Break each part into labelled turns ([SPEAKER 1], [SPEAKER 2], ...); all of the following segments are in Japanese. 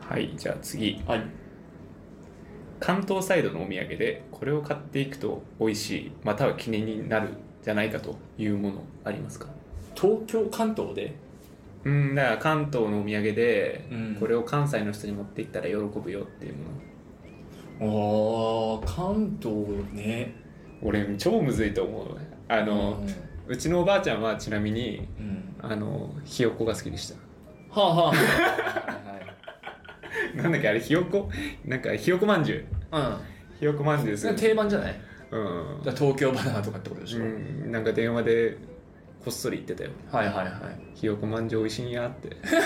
[SPEAKER 1] はいじゃあ次
[SPEAKER 2] はい
[SPEAKER 1] 関東サイドのお土産でこれを買っていくと美味しいまたは記念になるじゃないかというものありますか
[SPEAKER 2] 東京関東で
[SPEAKER 1] うんだから関東のお土産で
[SPEAKER 2] うん
[SPEAKER 1] これを関西の人に持っていったら喜ぶよっていうもの、
[SPEAKER 2] ああ関東ね
[SPEAKER 1] 俺超むずいと思うあの、うちのおばあちゃんはちなみに
[SPEAKER 2] うん、うん、
[SPEAKER 1] あのひよこが好きでした
[SPEAKER 2] はあはあは
[SPEAKER 1] なんだっけあれひよこなんかひよこまんじゅう
[SPEAKER 2] いはい、うん
[SPEAKER 1] ひよこまんじゅうす
[SPEAKER 2] それ
[SPEAKER 1] る
[SPEAKER 2] が定番じゃない
[SPEAKER 1] うん
[SPEAKER 2] だから東京バナナとかってことでしょ、
[SPEAKER 1] うんなんか電話でこっそり言ってたよ
[SPEAKER 2] はいはいはい
[SPEAKER 1] ひよこまんじゅう美味しいんやって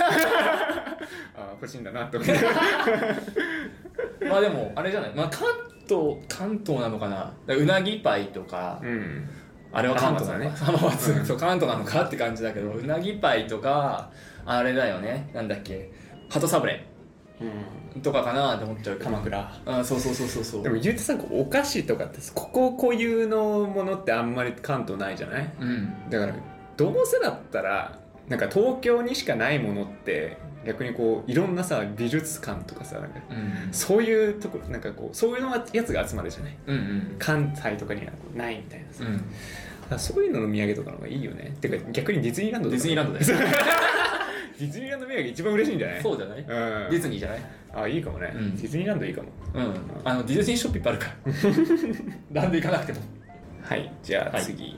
[SPEAKER 1] ああ欲しいんだなって思って
[SPEAKER 2] まあでもあれじゃない、まあ、関東関東なのかなだからうなぎパイとか、
[SPEAKER 1] うん
[SPEAKER 2] あれは関東だね浜松、
[SPEAKER 1] うん
[SPEAKER 2] そう関東なのかって感じだけどうなぎパイとかあれだよねなんだっけ鳩サブレとかかなって思っちゃうけど
[SPEAKER 1] 鎌倉
[SPEAKER 2] あそうそうそうそうそう
[SPEAKER 1] でもゆうてさんこうお菓子とかってここ固有のものってあんまり関東ないじゃない
[SPEAKER 2] うん
[SPEAKER 1] だからどうせだったらなんか東京にしかないものって逆にこういろんなさ美術館とかさなんか
[SPEAKER 2] うん
[SPEAKER 1] そういうとこなんかこうそういうのやつが集まるじゃない
[SPEAKER 2] うんうん
[SPEAKER 1] 関西とかにはないみたいなさ、
[SPEAKER 2] うん
[SPEAKER 1] だからそういうのの土産とかの方がいいよねてか逆にディズニーランド
[SPEAKER 2] デ
[SPEAKER 1] とか
[SPEAKER 2] ィズニーランドだよ
[SPEAKER 1] ディズニーランド土産一番嬉しいんじゃない
[SPEAKER 2] そうじゃない、
[SPEAKER 1] うん
[SPEAKER 2] ディズニーじゃない
[SPEAKER 1] あいいかもね、
[SPEAKER 2] うん
[SPEAKER 1] ディズニーランドいいかも
[SPEAKER 2] うんあのディズニーショップいっぱいあるから ランド行かなくても
[SPEAKER 1] はいじゃあ
[SPEAKER 2] はい
[SPEAKER 1] 次、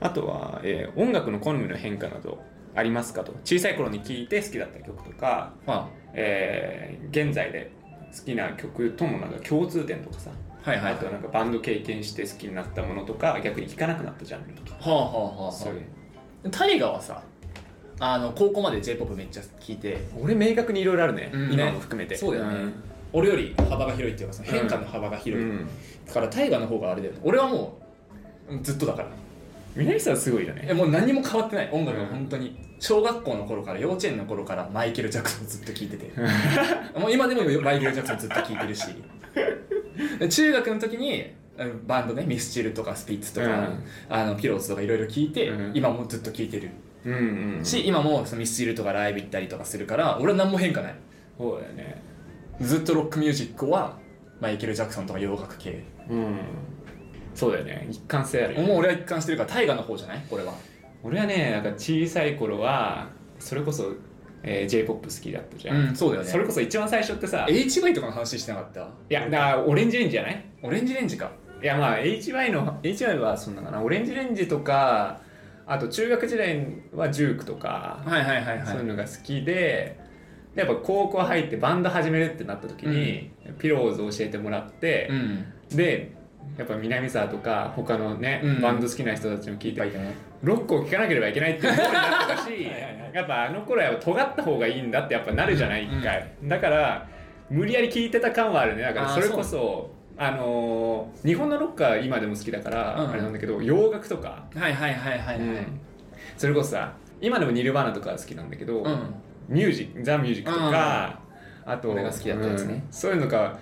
[SPEAKER 1] あとは、えー音楽の好みの変化などありますかと小さい頃に聴いて好きだった曲とか、
[SPEAKER 2] ま
[SPEAKER 1] えー現在で好きな曲とのなんか共通点とかさ、
[SPEAKER 2] あはいはい
[SPEAKER 1] あ
[SPEAKER 2] は
[SPEAKER 1] となんかバンド経験して好きになったものとか逆に聴かなくなったジャンルとか
[SPEAKER 2] あはあはあ
[SPEAKER 1] そう
[SPEAKER 2] は
[SPEAKER 1] いう
[SPEAKER 2] あタイガはさあの高校まで j p o p めっちゃ聞いて
[SPEAKER 1] 俺明確にいろいろあるね、
[SPEAKER 2] うん
[SPEAKER 1] 今も含めて
[SPEAKER 2] そうだよね、俺より幅が広いっていうかその変化の幅が
[SPEAKER 1] うん、
[SPEAKER 2] 広い、だから大河の方があれだよね俺はもううんずっとだから
[SPEAKER 1] 南さんすごいよ
[SPEAKER 2] え
[SPEAKER 1] ね
[SPEAKER 2] もう何も変わってない音楽は本当に、小学校の頃から幼稚園の頃からマイケル・ジャクソンずっと聴 いててもう今でもマイケル・ジャクソンずっと聴いてるしで中学の時にうんバンドねミスチルとかスピッツとか、
[SPEAKER 1] うん
[SPEAKER 2] あのピローズとかいろいろ聴いて、
[SPEAKER 1] うん
[SPEAKER 2] 今もずっと聴いてる
[SPEAKER 1] うんうん
[SPEAKER 2] し今もそのミスチルとかライブ行ったりとかするから俺は何も変化ない
[SPEAKER 1] そうだよね
[SPEAKER 2] ずっとロックミュージックはマイケル・ジャクソンとか洋楽系
[SPEAKER 1] うんそうだよね一貫性あるよね
[SPEAKER 2] もう俺は一貫してるから大河の方じゃないこれは
[SPEAKER 1] 俺はねなんか小さい頃はそれこそ、えー、j p o p 好きだったじゃん、
[SPEAKER 2] うんそうだよね
[SPEAKER 1] それこそ一番最初ってさい
[SPEAKER 2] HY とかの話してなかった
[SPEAKER 1] やだからオレンジレンジじゃない
[SPEAKER 2] オレンジレンジか
[SPEAKER 1] いやまあ HY の HY はそんなかなオレンジレンジとかあと中学時代はジュークとか、
[SPEAKER 2] はいはいはい
[SPEAKER 1] そういうのが好きででやっぱ高校入ってバンド始めるってなった時に、ピローズ教えてもらって
[SPEAKER 2] う、ん
[SPEAKER 1] でやっぱ南沢とか他のね、
[SPEAKER 2] うん
[SPEAKER 1] バンド好きな人たちも聞いて
[SPEAKER 2] いね
[SPEAKER 1] ロックを聴かなければいけないっていう思いになってたし
[SPEAKER 2] いはいはい
[SPEAKER 1] やっぱあの頃は尖った方がいいんだってやっぱなるじゃない
[SPEAKER 2] うん
[SPEAKER 1] 一回、だから無理やり聴いてた感はあるねだから
[SPEAKER 2] あー
[SPEAKER 1] それこそあのー日本のロックは今でも好きだから、
[SPEAKER 2] うん
[SPEAKER 1] あれなんだけど洋楽とか、
[SPEAKER 2] はいはいはいはいはい
[SPEAKER 1] うんそれこそさ今でもニルバーナとかは好きなんだけど、
[SPEAKER 2] うん
[SPEAKER 1] ミュージックザ・ミュージックとか、あと
[SPEAKER 2] 俺が好きだったやつね
[SPEAKER 1] うんそういうのが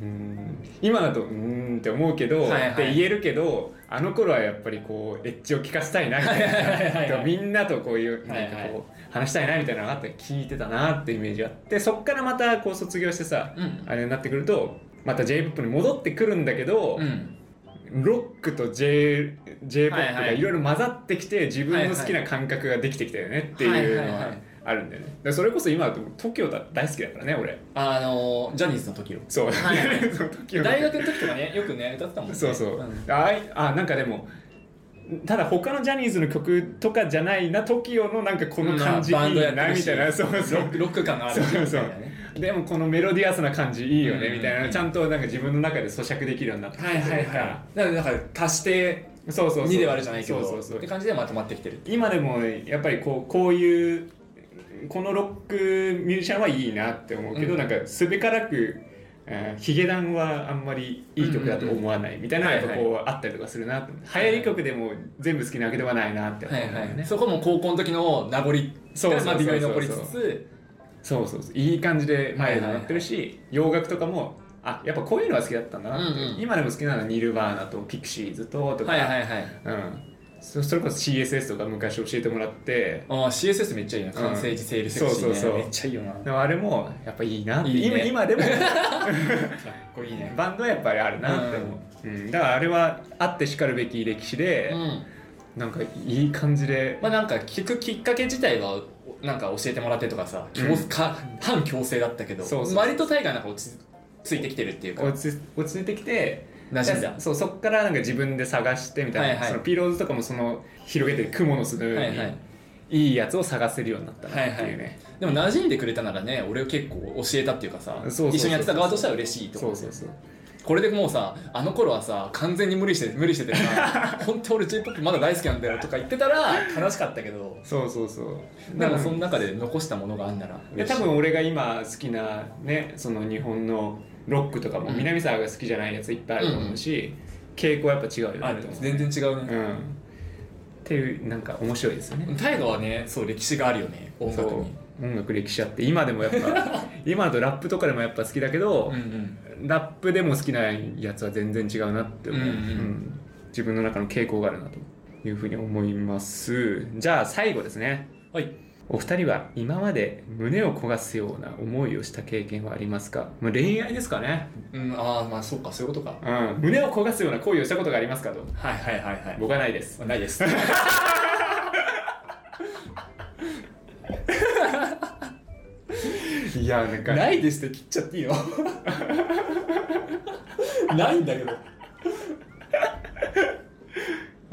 [SPEAKER 1] うーん今だとうーんって思うけど、
[SPEAKER 2] はいはい
[SPEAKER 1] って言えるけどあの頃はやっぱりこうエッジを聞かせたいなみたいな
[SPEAKER 2] はいはい
[SPEAKER 1] みんなとこういう
[SPEAKER 2] は
[SPEAKER 1] ないん
[SPEAKER 2] はい
[SPEAKER 1] かこう話したいなみたいなのがあって聞いてたなってイメージがあってそっからまたこう卒業してさ、
[SPEAKER 2] うん
[SPEAKER 1] あれになってくるとまた j p o p に戻ってくるんだけど、
[SPEAKER 2] うん
[SPEAKER 1] ロックと J j p o
[SPEAKER 2] はい
[SPEAKER 1] p
[SPEAKER 2] はい
[SPEAKER 1] がいろいろ混ざってきて自分の好きな感覚ができてきたよねっていうの
[SPEAKER 2] はいはい
[SPEAKER 1] は
[SPEAKER 2] はい
[SPEAKER 1] あるんだよねだからそれこそ今だと TOKIO だ大好きだからね俺
[SPEAKER 2] あのジャニーズの時を
[SPEAKER 1] そう、
[SPEAKER 2] はいはい
[SPEAKER 1] そう TOKIO
[SPEAKER 2] 大学の時とかねよくね歌ってたもんね
[SPEAKER 1] そうそう、
[SPEAKER 2] ん
[SPEAKER 1] あいあなんかでもただ他のジャニーズの曲とかじゃないな TOKIO のなんかこの感じいい
[SPEAKER 2] ま
[SPEAKER 1] な
[SPEAKER 2] あバ
[SPEAKER 1] み
[SPEAKER 2] ンドやったて
[SPEAKER 1] い
[SPEAKER 2] るし
[SPEAKER 1] なそうそ
[SPEAKER 2] ロッ
[SPEAKER 1] う
[SPEAKER 2] クロック感があ
[SPEAKER 1] そ
[SPEAKER 2] る
[SPEAKER 1] うそう
[SPEAKER 2] みたいなね
[SPEAKER 1] でもこのメロディアスな感じいいよね
[SPEAKER 2] うん
[SPEAKER 1] みたいなのちゃんとなんか自分の中で咀嚼できるようになってきた
[SPEAKER 2] はいはいはいだからなんか足して
[SPEAKER 1] そうそうそう
[SPEAKER 2] 2で割るじゃないけど
[SPEAKER 1] そうそうそう
[SPEAKER 2] って感じでまとまってきてる
[SPEAKER 1] 今でもやっぱりこうこういうこのロックミュージシャンはいいなって思うけど、
[SPEAKER 2] うん
[SPEAKER 1] なんかすべからく、えー、ヒゲダンはあんまりいい曲だと思わないみたいなのがやっぱこうあったりとかするなって、
[SPEAKER 2] いはい
[SPEAKER 1] 流行り曲でも全部好きなわけではないなって思
[SPEAKER 2] は
[SPEAKER 1] う
[SPEAKER 2] い
[SPEAKER 1] んだ
[SPEAKER 2] は
[SPEAKER 1] よ
[SPEAKER 2] い、
[SPEAKER 1] ね
[SPEAKER 2] そこも高校の時の名
[SPEAKER 1] そ
[SPEAKER 2] 残
[SPEAKER 1] うそうそう
[SPEAKER 2] がまあ微妙に残りつつ
[SPEAKER 1] そうそうそういい感じでマイルドになってるし、洋楽とかもあやっぱこういうのが好きだったんだなって、
[SPEAKER 2] うんうん
[SPEAKER 1] 今でも好きなのはニルバーナとピクシーズととか、
[SPEAKER 2] はいはいはい
[SPEAKER 1] うん、そそれこそ CSS とか昔教えてもらって
[SPEAKER 2] ああ CSS めっちゃいいな完成時整理セクシーね、
[SPEAKER 1] そうそうそう
[SPEAKER 2] めっちゃいいよな
[SPEAKER 1] でもあれもやっぱいいなって
[SPEAKER 2] いいね
[SPEAKER 1] 今今でも
[SPEAKER 2] かっこいいね
[SPEAKER 1] バンドはやっぱりあるなって思う、うんだからあれはあってしかるべき歴史で
[SPEAKER 2] う、ん
[SPEAKER 1] なんかいい感じで、
[SPEAKER 2] まあなんか聞くきっかけ自体はなんか教えてもらってとかさ強、
[SPEAKER 1] うん
[SPEAKER 2] か反強制だったけど
[SPEAKER 1] そうそう
[SPEAKER 2] 割と大河なんか落ち着いてきてるっていうか
[SPEAKER 1] 落ち落ち着いてきて
[SPEAKER 2] 馴染んだ
[SPEAKER 1] そうそっからなんか自分で探してみたいな、
[SPEAKER 2] はいはい
[SPEAKER 1] そのピローズとかもその広げて蜘蛛の巣のように、
[SPEAKER 2] はい
[SPEAKER 1] い
[SPEAKER 2] はい
[SPEAKER 1] い、やつを探せるようになったなっていうね、
[SPEAKER 2] でも馴染んでくれたならね俺を結構教えたっていうかさ
[SPEAKER 1] そうそうそう
[SPEAKER 2] 一緒にやってた側としては嬉しいと
[SPEAKER 1] そ
[SPEAKER 2] 思
[SPEAKER 1] う
[SPEAKER 2] う
[SPEAKER 1] そうそう
[SPEAKER 2] これでもうさあの頃はさ完全に無理して無理してて さ本当俺 J−POP まだ大好きなんだよとか言ってたら悲しかったけど
[SPEAKER 1] そうそうそう
[SPEAKER 2] でもその中で残したものがあんなら
[SPEAKER 1] で
[SPEAKER 2] 嬉し
[SPEAKER 1] 多
[SPEAKER 2] い
[SPEAKER 1] 分俺が今好きなねその日本のロックとかも
[SPEAKER 2] うん
[SPEAKER 1] 南沢が好きじゃないやついっぱいあると思うし、傾向はやっぱ違うよね
[SPEAKER 2] ある
[SPEAKER 1] と思う、
[SPEAKER 2] 全然違う
[SPEAKER 1] う
[SPEAKER 2] ね、
[SPEAKER 1] ん、っていうなんか面白いですよね
[SPEAKER 2] 大河はねそう歴史があるよね音楽に
[SPEAKER 1] そう音楽歴史あって今でもやっ ぱ今だとラップとかでもやっぱ好きだけど、
[SPEAKER 2] うんうん
[SPEAKER 1] ラップでも好きなやつは全然違うなって思う、
[SPEAKER 2] うんうん
[SPEAKER 1] 自分の中の傾向があるなというふうに思いますじゃあ最後ですね
[SPEAKER 2] はい
[SPEAKER 1] お二人は今まで胸を焦がすような思いをした経験はありますか、まあ、恋愛ですかね、
[SPEAKER 2] うん、ああまあそうかそういうことか
[SPEAKER 1] うん、胸を焦がすような行為をしたことがありますかと
[SPEAKER 2] はいはいはいはい
[SPEAKER 1] 僕はないです
[SPEAKER 2] ないです
[SPEAKER 1] いや なん
[SPEAKER 2] ないですって切っちゃっていいよ ないんだけど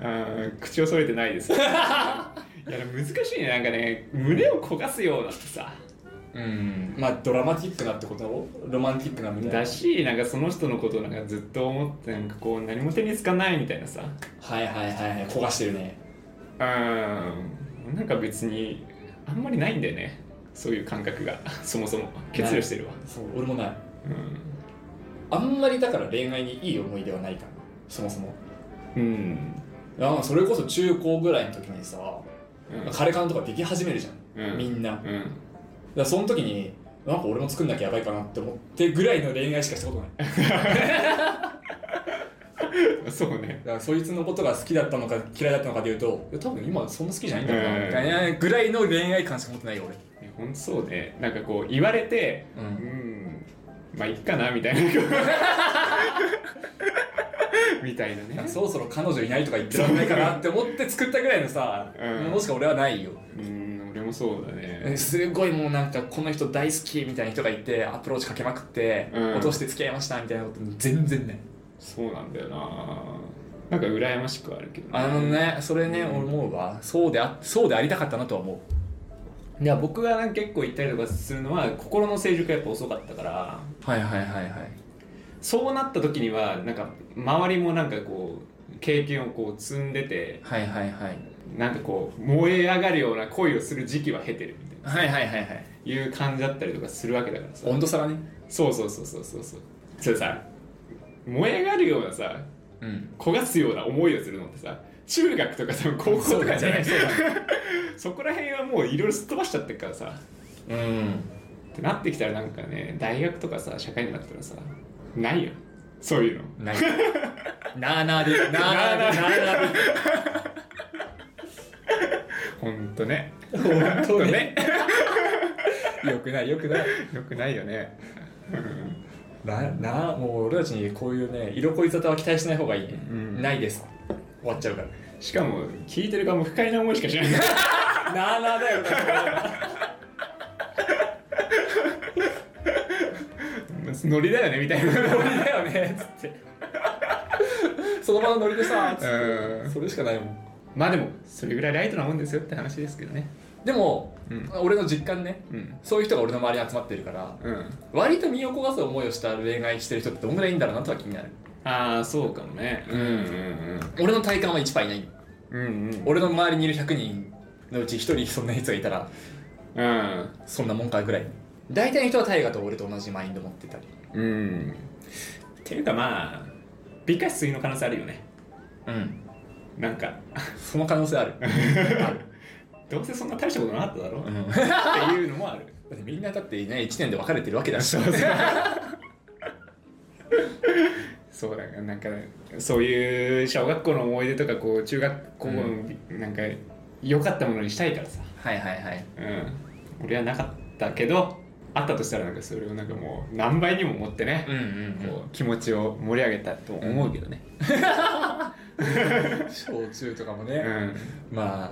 [SPEAKER 1] うん口を添えてないです いや難しいねなんかね胸を焦がすようなってさ
[SPEAKER 2] うんまあドラマティックなってことをロマンティックなみたい
[SPEAKER 1] だ
[SPEAKER 2] な
[SPEAKER 1] しなんかその人のことをなんかずっと思ってなんかこう何も手につかないみたいなさ
[SPEAKER 2] はいはいはいはい焦がしてるね
[SPEAKER 1] うんなんか別にあんまりないんだよねそういう感覚がそもそも欠如してるわ、
[SPEAKER 2] そう俺もな
[SPEAKER 1] う
[SPEAKER 2] い
[SPEAKER 1] ん
[SPEAKER 2] あんまりだから恋愛にいい思い出はないかなそもそも
[SPEAKER 1] うん
[SPEAKER 2] あーそれこそ中高ぐらいの時にさ
[SPEAKER 1] うん
[SPEAKER 2] 枯れ感とかでき始めるじゃん、
[SPEAKER 1] うん
[SPEAKER 2] みんなだか
[SPEAKER 1] うん
[SPEAKER 2] らその時になんか俺も作んなきゃやばいかなって思ってぐらいの恋愛しかしたことない
[SPEAKER 1] そうね
[SPEAKER 2] だからそいつのことが好きだったのか嫌いだったのかでいうといや多分今そんな好きじゃないんだろう
[SPEAKER 1] うん
[SPEAKER 2] なみたいなぐらいの恋愛感しか持ってないよ俺
[SPEAKER 1] ほんとそうねなんかこう言われて
[SPEAKER 2] う
[SPEAKER 1] うんん、まあいっかなみたいな みたいなね
[SPEAKER 2] そろそろ彼女いないとか言ってらんないかなって思って作ったぐらいのさ、
[SPEAKER 1] うん
[SPEAKER 2] ものしか俺はないよ
[SPEAKER 1] うん俺もそうだね
[SPEAKER 2] すごいもうなんかこの人大好きみたいな人がいてアプローチかけまくって、
[SPEAKER 1] うん
[SPEAKER 2] 落として付き合いましたみたいなこと全然ない
[SPEAKER 1] そうなんだよななんか羨ましくはあるけど、
[SPEAKER 2] あのねそれね、
[SPEAKER 1] うん
[SPEAKER 2] 思うわそうであそうでありたかったなとは思
[SPEAKER 1] いや僕がなんか結構行ったりとかするのは心の成熟がやっぱ遅かったから
[SPEAKER 2] うはいはいはいはい
[SPEAKER 1] そうなった時にはなんか周りもなんかこう経験をこう積んでて
[SPEAKER 2] はいはいはい
[SPEAKER 1] なんかこう燃え上がるような恋をする時期は経てるみたいな
[SPEAKER 2] はいはいはいはい
[SPEAKER 1] いう感じだったりとかするわけだからさ
[SPEAKER 2] 温度差がね
[SPEAKER 1] そうそうそうそうそうそうそれさ燃え上がるようなさ
[SPEAKER 2] うん
[SPEAKER 1] 焦がすような思いをするのってさ中学とか多分高校とかじゃない
[SPEAKER 2] そうだねそうだね
[SPEAKER 1] そこら辺はもういろいろすっ飛ばしちゃってるからさ
[SPEAKER 2] うん
[SPEAKER 1] ってなってきたらなんかね大学とかさ社会になったらさないよそういうの
[SPEAKER 2] ないなあなあでなあなあでな
[SPEAKER 1] ほんとね
[SPEAKER 2] あなあで本当ねよくないよくない
[SPEAKER 1] よくないよね
[SPEAKER 2] ななもう俺たちにこういうね色恋沙汰は期待しない方がいいね、
[SPEAKER 1] うん
[SPEAKER 2] ないです終わっちゃうから
[SPEAKER 1] しかも聞いてる側も不快な思いしかしない
[SPEAKER 2] なあなあだよな
[SPEAKER 1] ノリだよねみたい な
[SPEAKER 2] ノリだよねっつってその場のノリでさつって
[SPEAKER 1] うん
[SPEAKER 2] それしかないもん
[SPEAKER 1] まあでもそれぐらいライトなもんですよって話ですけどね
[SPEAKER 2] でも、
[SPEAKER 1] うん
[SPEAKER 2] 俺の実感ね
[SPEAKER 1] うん
[SPEAKER 2] そういう人が俺の周りに集まってるから
[SPEAKER 1] うん
[SPEAKER 2] 割と身を焦がす思いをした恋愛してる人ってどんぐらいいいんだろうなとは気になる
[SPEAKER 1] ああそうかもねうん
[SPEAKER 2] 俺の体感は1パーいない
[SPEAKER 1] うんうんうん
[SPEAKER 2] 俺の周りにいる100人のうち1人そんなやつがいたら
[SPEAKER 1] うん
[SPEAKER 2] そんなもんかぐらい大体の人は大河と俺と同じマインド持ってたり
[SPEAKER 1] うんっていうかまあ美化しすぎの可能性あるよね
[SPEAKER 2] うん
[SPEAKER 1] なんか
[SPEAKER 2] その可能性 あるある、
[SPEAKER 1] どうせそんな大したことなかっただろ
[SPEAKER 2] う
[SPEAKER 1] っ
[SPEAKER 2] ん、だって
[SPEAKER 1] ていうのもある
[SPEAKER 2] てみんなだってね1年で別れてるわけだし
[SPEAKER 1] そうだからなんかそういう小学校の思い出とかこう中学校の、なんか良かったものにしたいからさ、
[SPEAKER 2] はいはいはい
[SPEAKER 1] うん、俺はなかったけどあったとしたらなんかそれをなんかもう何倍にも持ってね
[SPEAKER 2] う、んうん
[SPEAKER 1] こう気持ちを盛り上げたと思うけどね、
[SPEAKER 2] うん小中とかも
[SPEAKER 1] う
[SPEAKER 2] ね、
[SPEAKER 1] ん
[SPEAKER 2] まあ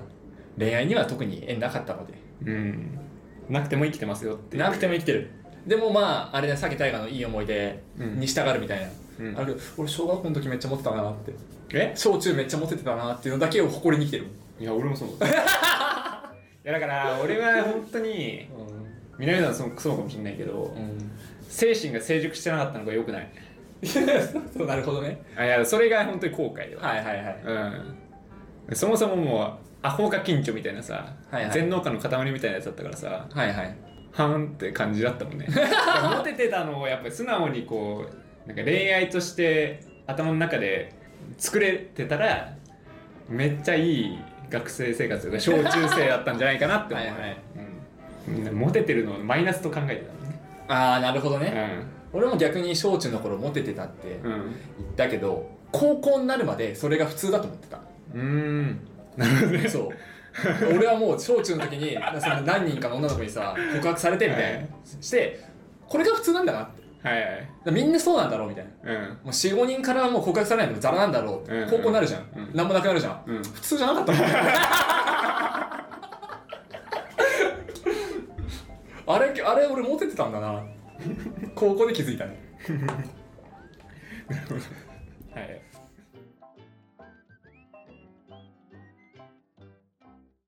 [SPEAKER 2] 恋愛には特に縁なかったので
[SPEAKER 1] うん、なくても生きてますよっていう
[SPEAKER 2] なくても生きてるでもまああれねさっき大河のいい思い出
[SPEAKER 1] うん
[SPEAKER 2] に従るみたいな、
[SPEAKER 1] うん
[SPEAKER 2] あれ俺小学校の時めっちゃモテたなって
[SPEAKER 1] え
[SPEAKER 2] 小中めっちゃモテてたなっていうのだけを誇りに生きてる
[SPEAKER 1] いや俺もそうだ いやだから俺は本当に南さんそうそうかもしれないけど、
[SPEAKER 2] う
[SPEAKER 1] 精神が成熟してなかったのが良くない
[SPEAKER 2] ん、なるほどね
[SPEAKER 1] あいやそれが本当に後悔では、
[SPEAKER 2] はいはいはい
[SPEAKER 1] うん、そもそももうアホか緊張みたいなさ、
[SPEAKER 2] はいはい
[SPEAKER 1] 全能感の塊みたいなやつだったからさ
[SPEAKER 2] はいはい
[SPEAKER 1] はーんって感じだったも んねいやモテてたのをやっぱり素直にこうなんか恋愛として頭の中で作れてたらめっちゃいい学生生活が小中生だったんじゃないかなって思う
[SPEAKER 2] はいはい
[SPEAKER 1] うん、モテてるのをマイナスと考えてたもんね
[SPEAKER 2] ああなるほどね、俺も逆に小中の頃モテてたって
[SPEAKER 1] うんうん
[SPEAKER 2] 言ったけど高校になるまでそれが普通だと思ってた
[SPEAKER 1] うーん
[SPEAKER 2] そう俺はもう小中の時にその何人かの女の子にさ告白されてみたいな、
[SPEAKER 1] はい
[SPEAKER 2] してこれが普通なんだなって
[SPEAKER 1] はいはい
[SPEAKER 2] みんなそうなんだろうみたいな
[SPEAKER 1] うん
[SPEAKER 2] もう45人からはもう告白されないのザラなんだろう、
[SPEAKER 1] うんうん
[SPEAKER 2] 高校になるじゃん、
[SPEAKER 1] うん
[SPEAKER 2] なんもなくなるじゃん、
[SPEAKER 1] うん
[SPEAKER 2] 普通じゃなかったもん あれあれ俺モテてたんだな高校で気づいたね
[SPEAKER 1] はい